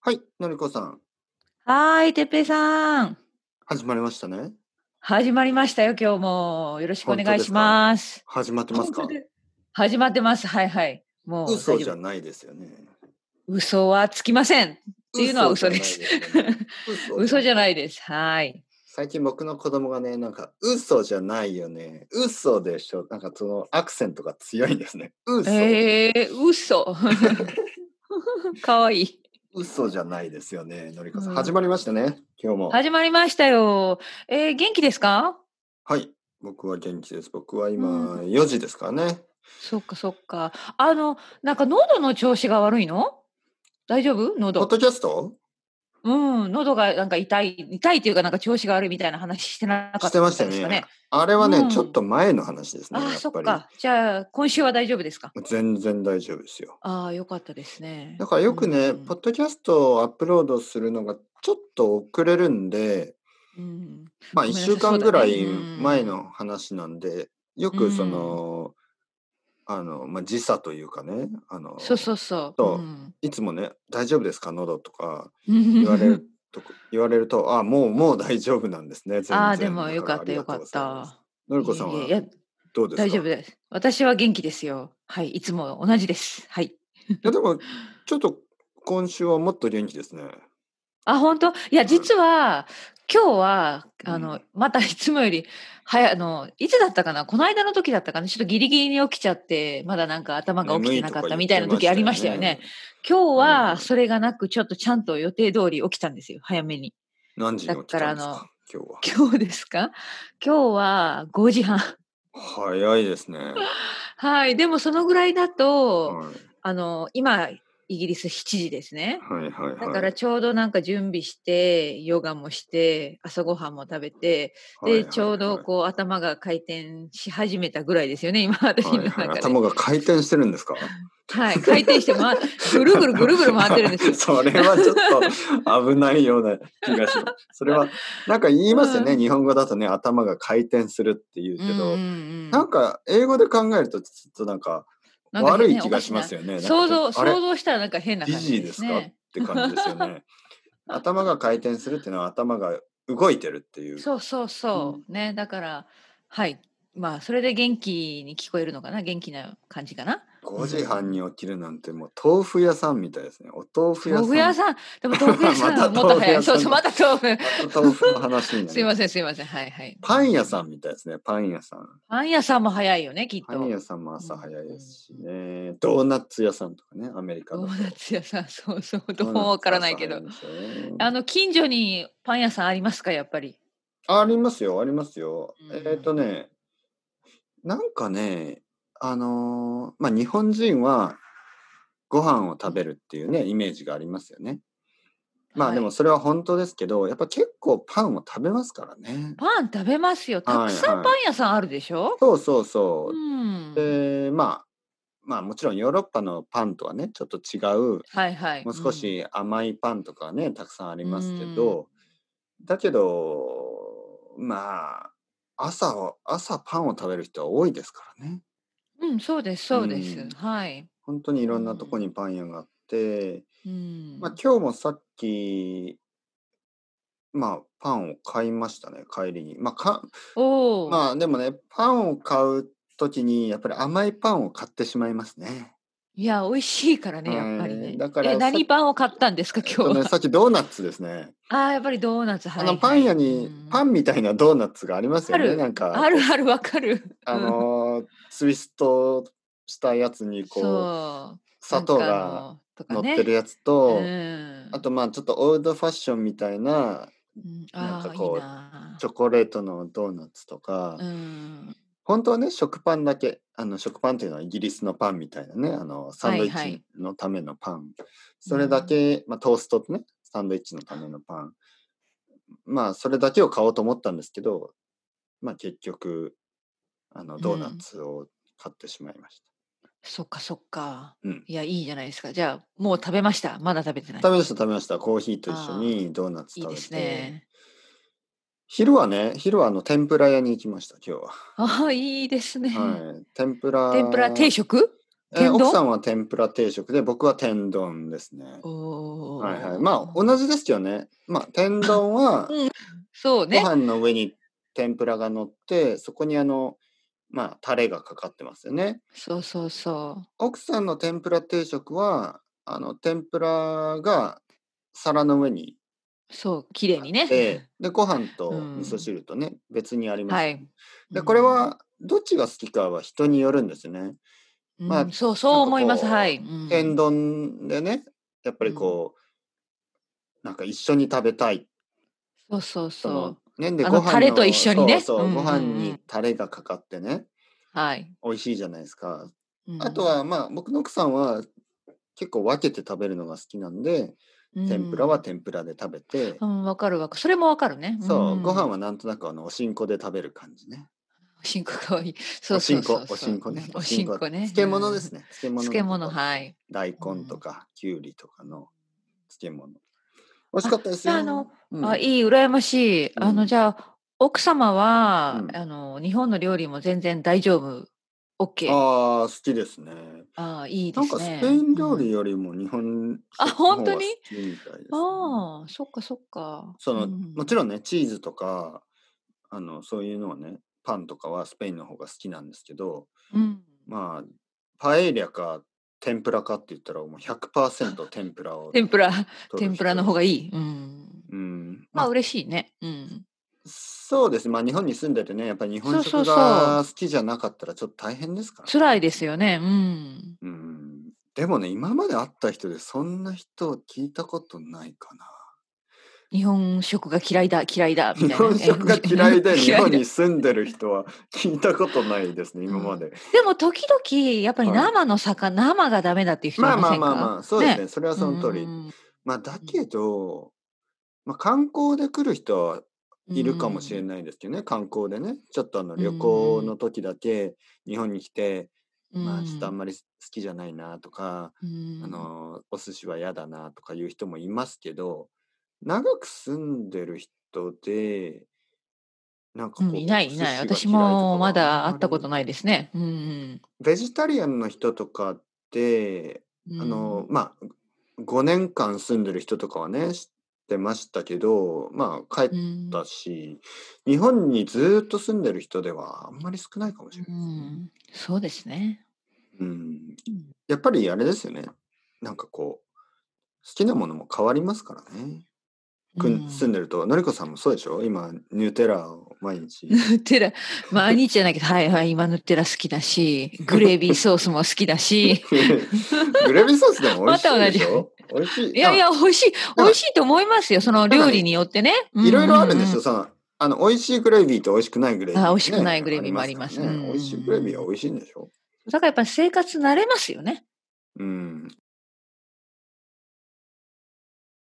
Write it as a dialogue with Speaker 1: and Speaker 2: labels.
Speaker 1: はい、のりこさん、
Speaker 2: はーい、てっぺいさん。
Speaker 1: 始まりましたね。
Speaker 2: 始まりましたよ、今日も。よろしくお
Speaker 1: 本当
Speaker 2: 願い
Speaker 1: で
Speaker 2: し
Speaker 1: すか
Speaker 2: ます。
Speaker 1: 始まってますか
Speaker 2: 本当で始まってます。はいはい。もう
Speaker 1: 嘘
Speaker 2: 大
Speaker 1: じ
Speaker 2: 丈
Speaker 1: ゃ
Speaker 2: 夫。
Speaker 1: ないですよね。
Speaker 2: 嘘はつきません。っていうのは
Speaker 1: 嘘じゃ
Speaker 2: 嘘で
Speaker 1: ない
Speaker 2: す。
Speaker 1: ですよね。嘘じゃ
Speaker 2: 嘘
Speaker 1: ない。
Speaker 2: じゃないです。はーい。
Speaker 1: 最近僕の子供がね、なんか、嘘じゃないよね。嘘でしょ。なんかそのアクセントが強いんですね。嘘。
Speaker 2: えー、嘘。 かわいい。
Speaker 1: 嘘じゃないですよね。のりこさん。
Speaker 2: うん
Speaker 1: 始まりましたね。今日も。
Speaker 2: 始まりましたよ。えー、元気ですか
Speaker 1: はい。僕は元気です。僕は
Speaker 2: う
Speaker 1: 今、
Speaker 2: ん
Speaker 1: 4時ですからね。
Speaker 2: そっかそっか。あの、なんか喉の調子が悪いの大丈夫
Speaker 1: ポッ
Speaker 2: 喉。
Speaker 1: ドキャスト
Speaker 2: うん、喉がなんか痛い、痛いっていうかなんか調子が悪いみたいな話してなか
Speaker 1: し
Speaker 2: って
Speaker 1: ました
Speaker 2: た
Speaker 1: よ
Speaker 2: ですか
Speaker 1: ね
Speaker 2: ね。。
Speaker 1: あれはね、
Speaker 2: うん
Speaker 1: ちょっと前の話ですね。
Speaker 2: ああ、
Speaker 1: やっ
Speaker 2: そ
Speaker 1: ぱ
Speaker 2: っ
Speaker 1: り。
Speaker 2: か。じゃあ、今週は大丈夫ですか
Speaker 1: 全然大丈夫ですよ。
Speaker 2: ああ、よかったですね。
Speaker 1: だからよくね、
Speaker 2: う
Speaker 1: ポ
Speaker 2: ん
Speaker 1: ッドキャストをアップロードするのがちょっと遅れるんで、
Speaker 2: うん
Speaker 1: まあ1
Speaker 2: ごめんなさ
Speaker 1: 週
Speaker 2: い、そう
Speaker 1: 間
Speaker 2: だ
Speaker 1: ぐら
Speaker 2: ね。
Speaker 1: いう前
Speaker 2: ん。
Speaker 1: の話なんで、よ
Speaker 2: う
Speaker 1: くそ
Speaker 2: ん。
Speaker 1: の、あの、まあ、時差というかね、あの、
Speaker 2: そうそうそう。う
Speaker 1: と、
Speaker 2: ん。
Speaker 1: いつもね、大丈夫ですか、喉とか言われると、言われると、あ、もう、もう大丈夫なんですね、
Speaker 2: あ
Speaker 1: 全
Speaker 2: あ、で
Speaker 1: 然。
Speaker 2: も
Speaker 1: だ
Speaker 2: よ
Speaker 1: か
Speaker 2: からっ
Speaker 1: あ
Speaker 2: た
Speaker 1: り
Speaker 2: よ
Speaker 1: がと
Speaker 2: か
Speaker 1: うござ
Speaker 2: っ
Speaker 1: います。
Speaker 2: た。
Speaker 1: のりこ
Speaker 2: い
Speaker 1: さん
Speaker 2: えいえ、い
Speaker 1: は
Speaker 2: や、
Speaker 1: どうです
Speaker 2: 大丈夫
Speaker 1: か
Speaker 2: です。私は元気ですよ。はい、いつも同じです。はい。
Speaker 1: いや、でも、ちょっと今週はもっと元気ですね。
Speaker 2: あ、本当いや、
Speaker 1: はい。
Speaker 2: 実は、今日は、
Speaker 1: う
Speaker 2: あ
Speaker 1: ん。
Speaker 2: の、またい つもより、早、あの、いつだったかなこの間の時だったかなちょっとギリギリに起きちゃって、まだなんか頭が起き
Speaker 1: 眠
Speaker 2: て
Speaker 1: い
Speaker 2: な
Speaker 1: と
Speaker 2: かっ
Speaker 1: か
Speaker 2: た
Speaker 1: 言っ
Speaker 2: みたい
Speaker 1: て
Speaker 2: な
Speaker 1: ま
Speaker 2: 時
Speaker 1: し
Speaker 2: あ
Speaker 1: た
Speaker 2: り
Speaker 1: よ
Speaker 2: ましたよね。
Speaker 1: ね。
Speaker 2: 今日
Speaker 1: はい
Speaker 2: は、
Speaker 1: はい。
Speaker 2: それがなく、ちょっとちゃんと予定通り起きたんですよ。早めに。
Speaker 1: 何時
Speaker 2: だ
Speaker 1: に起き
Speaker 2: か
Speaker 1: た
Speaker 2: ら、
Speaker 1: んで
Speaker 2: あ
Speaker 1: す
Speaker 2: の、
Speaker 1: か、今日は。
Speaker 2: 今日ですか今日は5時半。
Speaker 1: 早いですね。
Speaker 2: はい。でも、そのぐらいだと、
Speaker 1: はい。
Speaker 2: あの、今、イギリス7時ですね。
Speaker 1: はいはい
Speaker 2: だか
Speaker 1: は
Speaker 2: ら
Speaker 1: い。
Speaker 2: ちょうどなんか準備してヨガもして朝ごはんも食べて
Speaker 1: はい
Speaker 2: で
Speaker 1: は
Speaker 2: ちょう
Speaker 1: い
Speaker 2: ど
Speaker 1: はい。
Speaker 2: こう頭が回転し始めたぐらいですよね今私
Speaker 1: はい
Speaker 2: の
Speaker 1: はい。
Speaker 2: 中で
Speaker 1: 頭が回転してるんですか
Speaker 2: はい回転して、ま、ぐるぐ るぐるぐる回ってるんですよ、
Speaker 1: それはちょっと危ないような気がします。 それは、なんか言いうますよね。
Speaker 2: ん、
Speaker 1: 日本語だとね、頭が回転するって言う
Speaker 2: うんう
Speaker 1: けど、
Speaker 2: んう
Speaker 1: なん
Speaker 2: ん
Speaker 1: か英語で考えるとちょっとなんか
Speaker 2: なんか
Speaker 1: 悪い
Speaker 2: ね
Speaker 1: 気
Speaker 2: お
Speaker 1: が
Speaker 2: か
Speaker 1: し
Speaker 2: し
Speaker 1: ます
Speaker 2: な
Speaker 1: よね。なんか
Speaker 2: 想
Speaker 1: ちょっ
Speaker 2: 像
Speaker 1: と、あれ
Speaker 2: 想像したらなんか変な
Speaker 1: ジ
Speaker 2: 感じ
Speaker 1: ジイ
Speaker 2: で
Speaker 1: ですすかっ
Speaker 2: ね
Speaker 1: て感じですよ ね。頭が回転するっていうのは頭が動いてるっていう。
Speaker 2: そうそう
Speaker 1: う
Speaker 2: そ
Speaker 1: ん
Speaker 2: うねだからはいまあそれで元気に聞こえるのかな元気な感じかなう
Speaker 1: 5時半
Speaker 2: ん
Speaker 1: に起きるなんてもう豆腐屋さんみたいですね。お豆腐屋
Speaker 2: 豆腐
Speaker 1: さ
Speaker 2: 屋
Speaker 1: ん。
Speaker 2: さん、でも豆腐屋
Speaker 1: ま
Speaker 2: さん
Speaker 1: た
Speaker 2: はもっと
Speaker 1: 豆腐
Speaker 2: 早
Speaker 1: 屋
Speaker 2: い。そう
Speaker 1: さん
Speaker 2: そう、
Speaker 1: だ。
Speaker 2: また豆 腐。
Speaker 1: また豆腐の話にな
Speaker 2: す
Speaker 1: り
Speaker 2: い
Speaker 1: ま。
Speaker 2: ますせん、すいません。はいはい。う
Speaker 1: パン屋
Speaker 2: ん。
Speaker 1: さんみたいですね。パン屋さん。
Speaker 2: パン屋さんも早いよね、きっ
Speaker 1: パン
Speaker 2: と。
Speaker 1: 屋さんも
Speaker 2: う
Speaker 1: 朝早いですし
Speaker 2: ん。
Speaker 1: ね。ドーナツ屋さんとかね、アメリカ
Speaker 2: ド
Speaker 1: だ
Speaker 2: ーナ
Speaker 1: と。
Speaker 2: ツ屋さん、そうそう、ど
Speaker 1: ド
Speaker 2: う
Speaker 1: ーナ
Speaker 2: も
Speaker 1: ツ
Speaker 2: わからない
Speaker 1: 朝
Speaker 2: け
Speaker 1: 早い
Speaker 2: ど。
Speaker 1: ですよね。
Speaker 2: あの、近所にパン屋さんありますか、やっぱり。
Speaker 1: ありますよ、ありますよ。
Speaker 2: う
Speaker 1: えっ、と
Speaker 2: ん。
Speaker 1: ね、なんかね、あのーまあ、日本人はご飯を
Speaker 2: う
Speaker 1: 食べ
Speaker 2: ん
Speaker 1: るっていうね、イメージがありますよね。まあ
Speaker 2: は
Speaker 1: でも
Speaker 2: い。
Speaker 1: それは本当ですけど、やっぱ結構パンを食べますからね。
Speaker 2: パン食べますよ。た
Speaker 1: は
Speaker 2: く
Speaker 1: い
Speaker 2: さん
Speaker 1: は
Speaker 2: パ
Speaker 1: い。
Speaker 2: ン屋さんあるでしょ
Speaker 1: そうそう
Speaker 2: う
Speaker 1: そう。
Speaker 2: ん。
Speaker 1: で、まあ、まあもちろんヨーロッパのパンとはね、ちょっと違う、
Speaker 2: はいはい。
Speaker 1: もう
Speaker 2: う
Speaker 1: 少
Speaker 2: ん。
Speaker 1: し甘いパンとかね、たくさんあり
Speaker 2: う
Speaker 1: ますけ
Speaker 2: ん。
Speaker 1: ど、だけど、まあ、朝を、朝パンを食べる人は多いですからね。
Speaker 2: うん、そうです、
Speaker 1: う
Speaker 2: そうです。
Speaker 1: ん。
Speaker 2: はい。
Speaker 1: 本当にいうろんなとこ
Speaker 2: ん。
Speaker 1: にパン屋があって、
Speaker 2: う
Speaker 1: まあ
Speaker 2: ん。
Speaker 1: 今日もさっき、まあパンを買いましたね、帰りに。まあか、
Speaker 2: おお。
Speaker 1: まあでもね、パンを買うときに、やっぱり甘いパンを買ってしまいますね。
Speaker 2: いや、美味しいからね、やっぱり
Speaker 1: はい。
Speaker 2: ね。
Speaker 1: だか
Speaker 2: え、
Speaker 1: らさっ、
Speaker 2: 何パンを買ったんですか、
Speaker 1: えっ
Speaker 2: 今
Speaker 1: と
Speaker 2: 日
Speaker 1: ね、さ
Speaker 2: は。
Speaker 1: っきドーナツですね。
Speaker 2: ああ、やっぱりドーナツ、
Speaker 1: あ
Speaker 2: は
Speaker 1: の
Speaker 2: い
Speaker 1: パ
Speaker 2: は
Speaker 1: ン屋
Speaker 2: い。う
Speaker 1: にパ
Speaker 2: ん。
Speaker 1: ンみたいなドーナツがあります
Speaker 2: あ
Speaker 1: よね。な
Speaker 2: る、
Speaker 1: んか
Speaker 2: ある
Speaker 1: こう、
Speaker 2: ある、わかる。
Speaker 1: あ
Speaker 2: うん。
Speaker 1: のーツイストしたやつにこう、
Speaker 2: そう。
Speaker 1: 砂
Speaker 2: なん
Speaker 1: 糖
Speaker 2: かあ
Speaker 1: が
Speaker 2: の、とか
Speaker 1: 乗ってる
Speaker 2: ね。
Speaker 1: やつ
Speaker 2: う
Speaker 1: と、あ
Speaker 2: ん。
Speaker 1: とまあちょっとオールドファッションみたいな、
Speaker 2: うん、
Speaker 1: なん
Speaker 2: あ
Speaker 1: か
Speaker 2: あ、いい
Speaker 1: こう、チ
Speaker 2: な
Speaker 1: ョコレートのドーナツと
Speaker 2: あ。
Speaker 1: か、
Speaker 2: うん。
Speaker 1: 本当はね、食パンだけ、あの食パンっていうのはイギリスのパンみたいなね、あのサン
Speaker 2: は
Speaker 1: ド
Speaker 2: い
Speaker 1: イッ
Speaker 2: は
Speaker 1: チ
Speaker 2: い。
Speaker 1: のためのパン、
Speaker 2: う
Speaker 1: それだ
Speaker 2: ん。
Speaker 1: け、まあ、トーストとね、サンドイッチのためのパン、まあそれだけを買おうと思ったんですけど、まあ結局、あの
Speaker 2: う
Speaker 1: ドーナ
Speaker 2: ん。
Speaker 1: ツを買ってしまいました。
Speaker 2: そっかそっか。
Speaker 1: うん。
Speaker 2: いや、いいじゃないですか。じゃあ、もう食べました。まだ食べてない。
Speaker 1: 食べました、食べました。コーヒーと一緒
Speaker 2: ああ、
Speaker 1: にドーナツ
Speaker 2: いい
Speaker 1: 食
Speaker 2: で
Speaker 1: べ
Speaker 2: す
Speaker 1: て、
Speaker 2: ね。
Speaker 1: 昼はね、昼はあの天ぷら屋に行きました、今日は。
Speaker 2: ああ、いいですね。
Speaker 1: はい。天ぷ
Speaker 2: 天ぷら定
Speaker 1: ら、
Speaker 2: 食
Speaker 1: えー
Speaker 2: 天丼
Speaker 1: 奥さんは天ぷら定食で、僕は天丼ですね。
Speaker 2: おー
Speaker 1: はいはい。まあ、同じですよね。まあ、天丼は、
Speaker 2: うんそ
Speaker 1: ご
Speaker 2: うね。
Speaker 1: 飯の上に天ぷらが乗って、そこにあの、まあ、タレがかかってますよね。
Speaker 2: そうそうそ
Speaker 1: 奥さんの天ぷら定食は、あの、天ぷらが皿の上に
Speaker 2: う。そう、綺麗に
Speaker 1: あ
Speaker 2: ね。
Speaker 1: って、で、ご飯と
Speaker 2: うん
Speaker 1: 味噌汁とね、別にあります。
Speaker 2: はい。
Speaker 1: で、これは、どっちが好きかは人によるんですよね。
Speaker 2: うん、
Speaker 1: まあ
Speaker 2: うんそう、そう思います。はい。うん
Speaker 1: 天丼でねやっぱりこう、なんか一緒に食べたい
Speaker 2: そうそう
Speaker 1: その
Speaker 2: そ
Speaker 1: ねで
Speaker 2: あの
Speaker 1: ご飯の
Speaker 2: タレと一緒にね
Speaker 1: そうそう
Speaker 2: うんうんう
Speaker 1: ご
Speaker 2: ん
Speaker 1: 飯にタレがかかってね
Speaker 2: う。はい。
Speaker 1: 美味しいじゃないですか
Speaker 2: うん
Speaker 1: あと、はまあ僕の奥さんは結構分けて食べるのが好きなんで、
Speaker 2: うん
Speaker 1: 天ぷらは天ぷらで食べて
Speaker 2: う、ん、わかるわかる。それもわかるね。
Speaker 1: そう、ご飯
Speaker 2: は。
Speaker 1: はなんとなくあのおしんこで食べる感じね
Speaker 2: おしんこかわいい。そうそうそうそう
Speaker 1: おしんこおしんこね
Speaker 2: おしんこね。
Speaker 1: 漬物です
Speaker 2: ね。
Speaker 1: ね漬物の
Speaker 2: 漬物、はい。
Speaker 1: 大根とかきゅうりとかの漬物美味しかったです
Speaker 2: じゃ
Speaker 1: よ
Speaker 2: ああの、
Speaker 1: うん
Speaker 2: あ、いい、羨ましい。
Speaker 1: うん
Speaker 2: あの、じゃあ、奥様は、
Speaker 1: うん
Speaker 2: あの、日本の料理も全然大丈夫。OK。あ
Speaker 1: ああ、好きですね。
Speaker 2: あー、いい
Speaker 1: な
Speaker 2: で
Speaker 1: ん
Speaker 2: す
Speaker 1: か
Speaker 2: ね。
Speaker 1: スペイン料
Speaker 2: うん
Speaker 1: 理よりも日本
Speaker 2: あ
Speaker 1: 食の方
Speaker 2: 本当
Speaker 1: が
Speaker 2: に
Speaker 1: 好きみたいですね、
Speaker 2: ああ、そっかそっか。
Speaker 1: その、
Speaker 2: うん
Speaker 1: もちろんね、チーズとか、あの、そういうのはね、パンとかはスペインの方が好きなんですけど、
Speaker 2: うん。
Speaker 1: まあ、パエリアか天ぷらかって言ったら、もう100%天ぷらを
Speaker 2: 天ぷら、
Speaker 1: 取る人。
Speaker 2: 天ぷらの方がいい。うん。
Speaker 1: うん。ま
Speaker 2: まあ、
Speaker 1: あ、
Speaker 2: 嬉しいね。うん。
Speaker 1: そうですね。まあ、日本に住んでてね、やっぱり日本
Speaker 2: そう
Speaker 1: 食
Speaker 2: そうそう
Speaker 1: が好きじゃなかったらちょっと大変ですから、ね。
Speaker 2: 辛いですよね。うん。
Speaker 1: うんでもね、今まで会った人でそんな人聞いたことないかな。
Speaker 2: 日本食が嫌いだ、嫌いだ、み
Speaker 1: 日
Speaker 2: たいな。
Speaker 1: 本食が嫌いで日
Speaker 2: 嫌いだ
Speaker 1: 本に住んでる人は 聞いたことないですね、今まで。
Speaker 2: でも時々やっぱり
Speaker 1: はい
Speaker 2: 生の魚、生がダメだっていう人い
Speaker 1: まあまあ
Speaker 2: ませんか
Speaker 1: まあまあ、そうですね。
Speaker 2: ね
Speaker 1: それはその通り。
Speaker 2: うん
Speaker 1: まあ、だけど、まあ、観光で来る人はいるかもしれないですけどね、観光でね。ちょっとあの旅行の時だけ日本に来て、
Speaker 2: うん
Speaker 1: まあちょっとあんまり好きじゃないなとか、
Speaker 2: うん
Speaker 1: あのお寿司は嫌だなとかいう人もいますけど長く住んでる人でなんか
Speaker 2: う
Speaker 1: こう、
Speaker 2: んいないいな
Speaker 1: お寿司が嫌
Speaker 2: い
Speaker 1: とか
Speaker 2: 私もまだ会ったこ
Speaker 1: あ
Speaker 2: と
Speaker 1: んま
Speaker 2: ないですねうん
Speaker 1: りベジタリアンの人とかって
Speaker 2: うん
Speaker 1: あのまあ5年間住んでる人とかはね知ってましたけどまあ帰っ
Speaker 2: うん
Speaker 1: たし、日本にずっと住んでる人ではあんまり少ないかもしれ
Speaker 2: う
Speaker 1: ないですね。
Speaker 2: んそうですね
Speaker 1: うん
Speaker 2: うん
Speaker 1: やっぱりあれですよね。なんかこう、好きなものも変わりますからね。くん、 住んでると、のりこさんもそうでしょ今、ニューテラーを毎 日。
Speaker 2: ヌッテラ毎日じゃないけど はいはい今ヌッテラ好きだしグレービーソースも好きだ し
Speaker 1: グレービーソースでも美味しいでしょ美味しい。
Speaker 2: いやいや美味しい
Speaker 1: ら
Speaker 2: 美味しいと思いますよその料理によってね
Speaker 1: あ。いろいろあるんで
Speaker 2: うん
Speaker 1: しょその、あの、美味しいグレービーと美味しくないグレービー、ね。
Speaker 2: あ美味しくないグレービーもあります
Speaker 1: からね
Speaker 2: うん
Speaker 1: 美味しいグレービーは美味しいんでしょ
Speaker 2: だからやっぱり生活慣れますよね
Speaker 1: うん。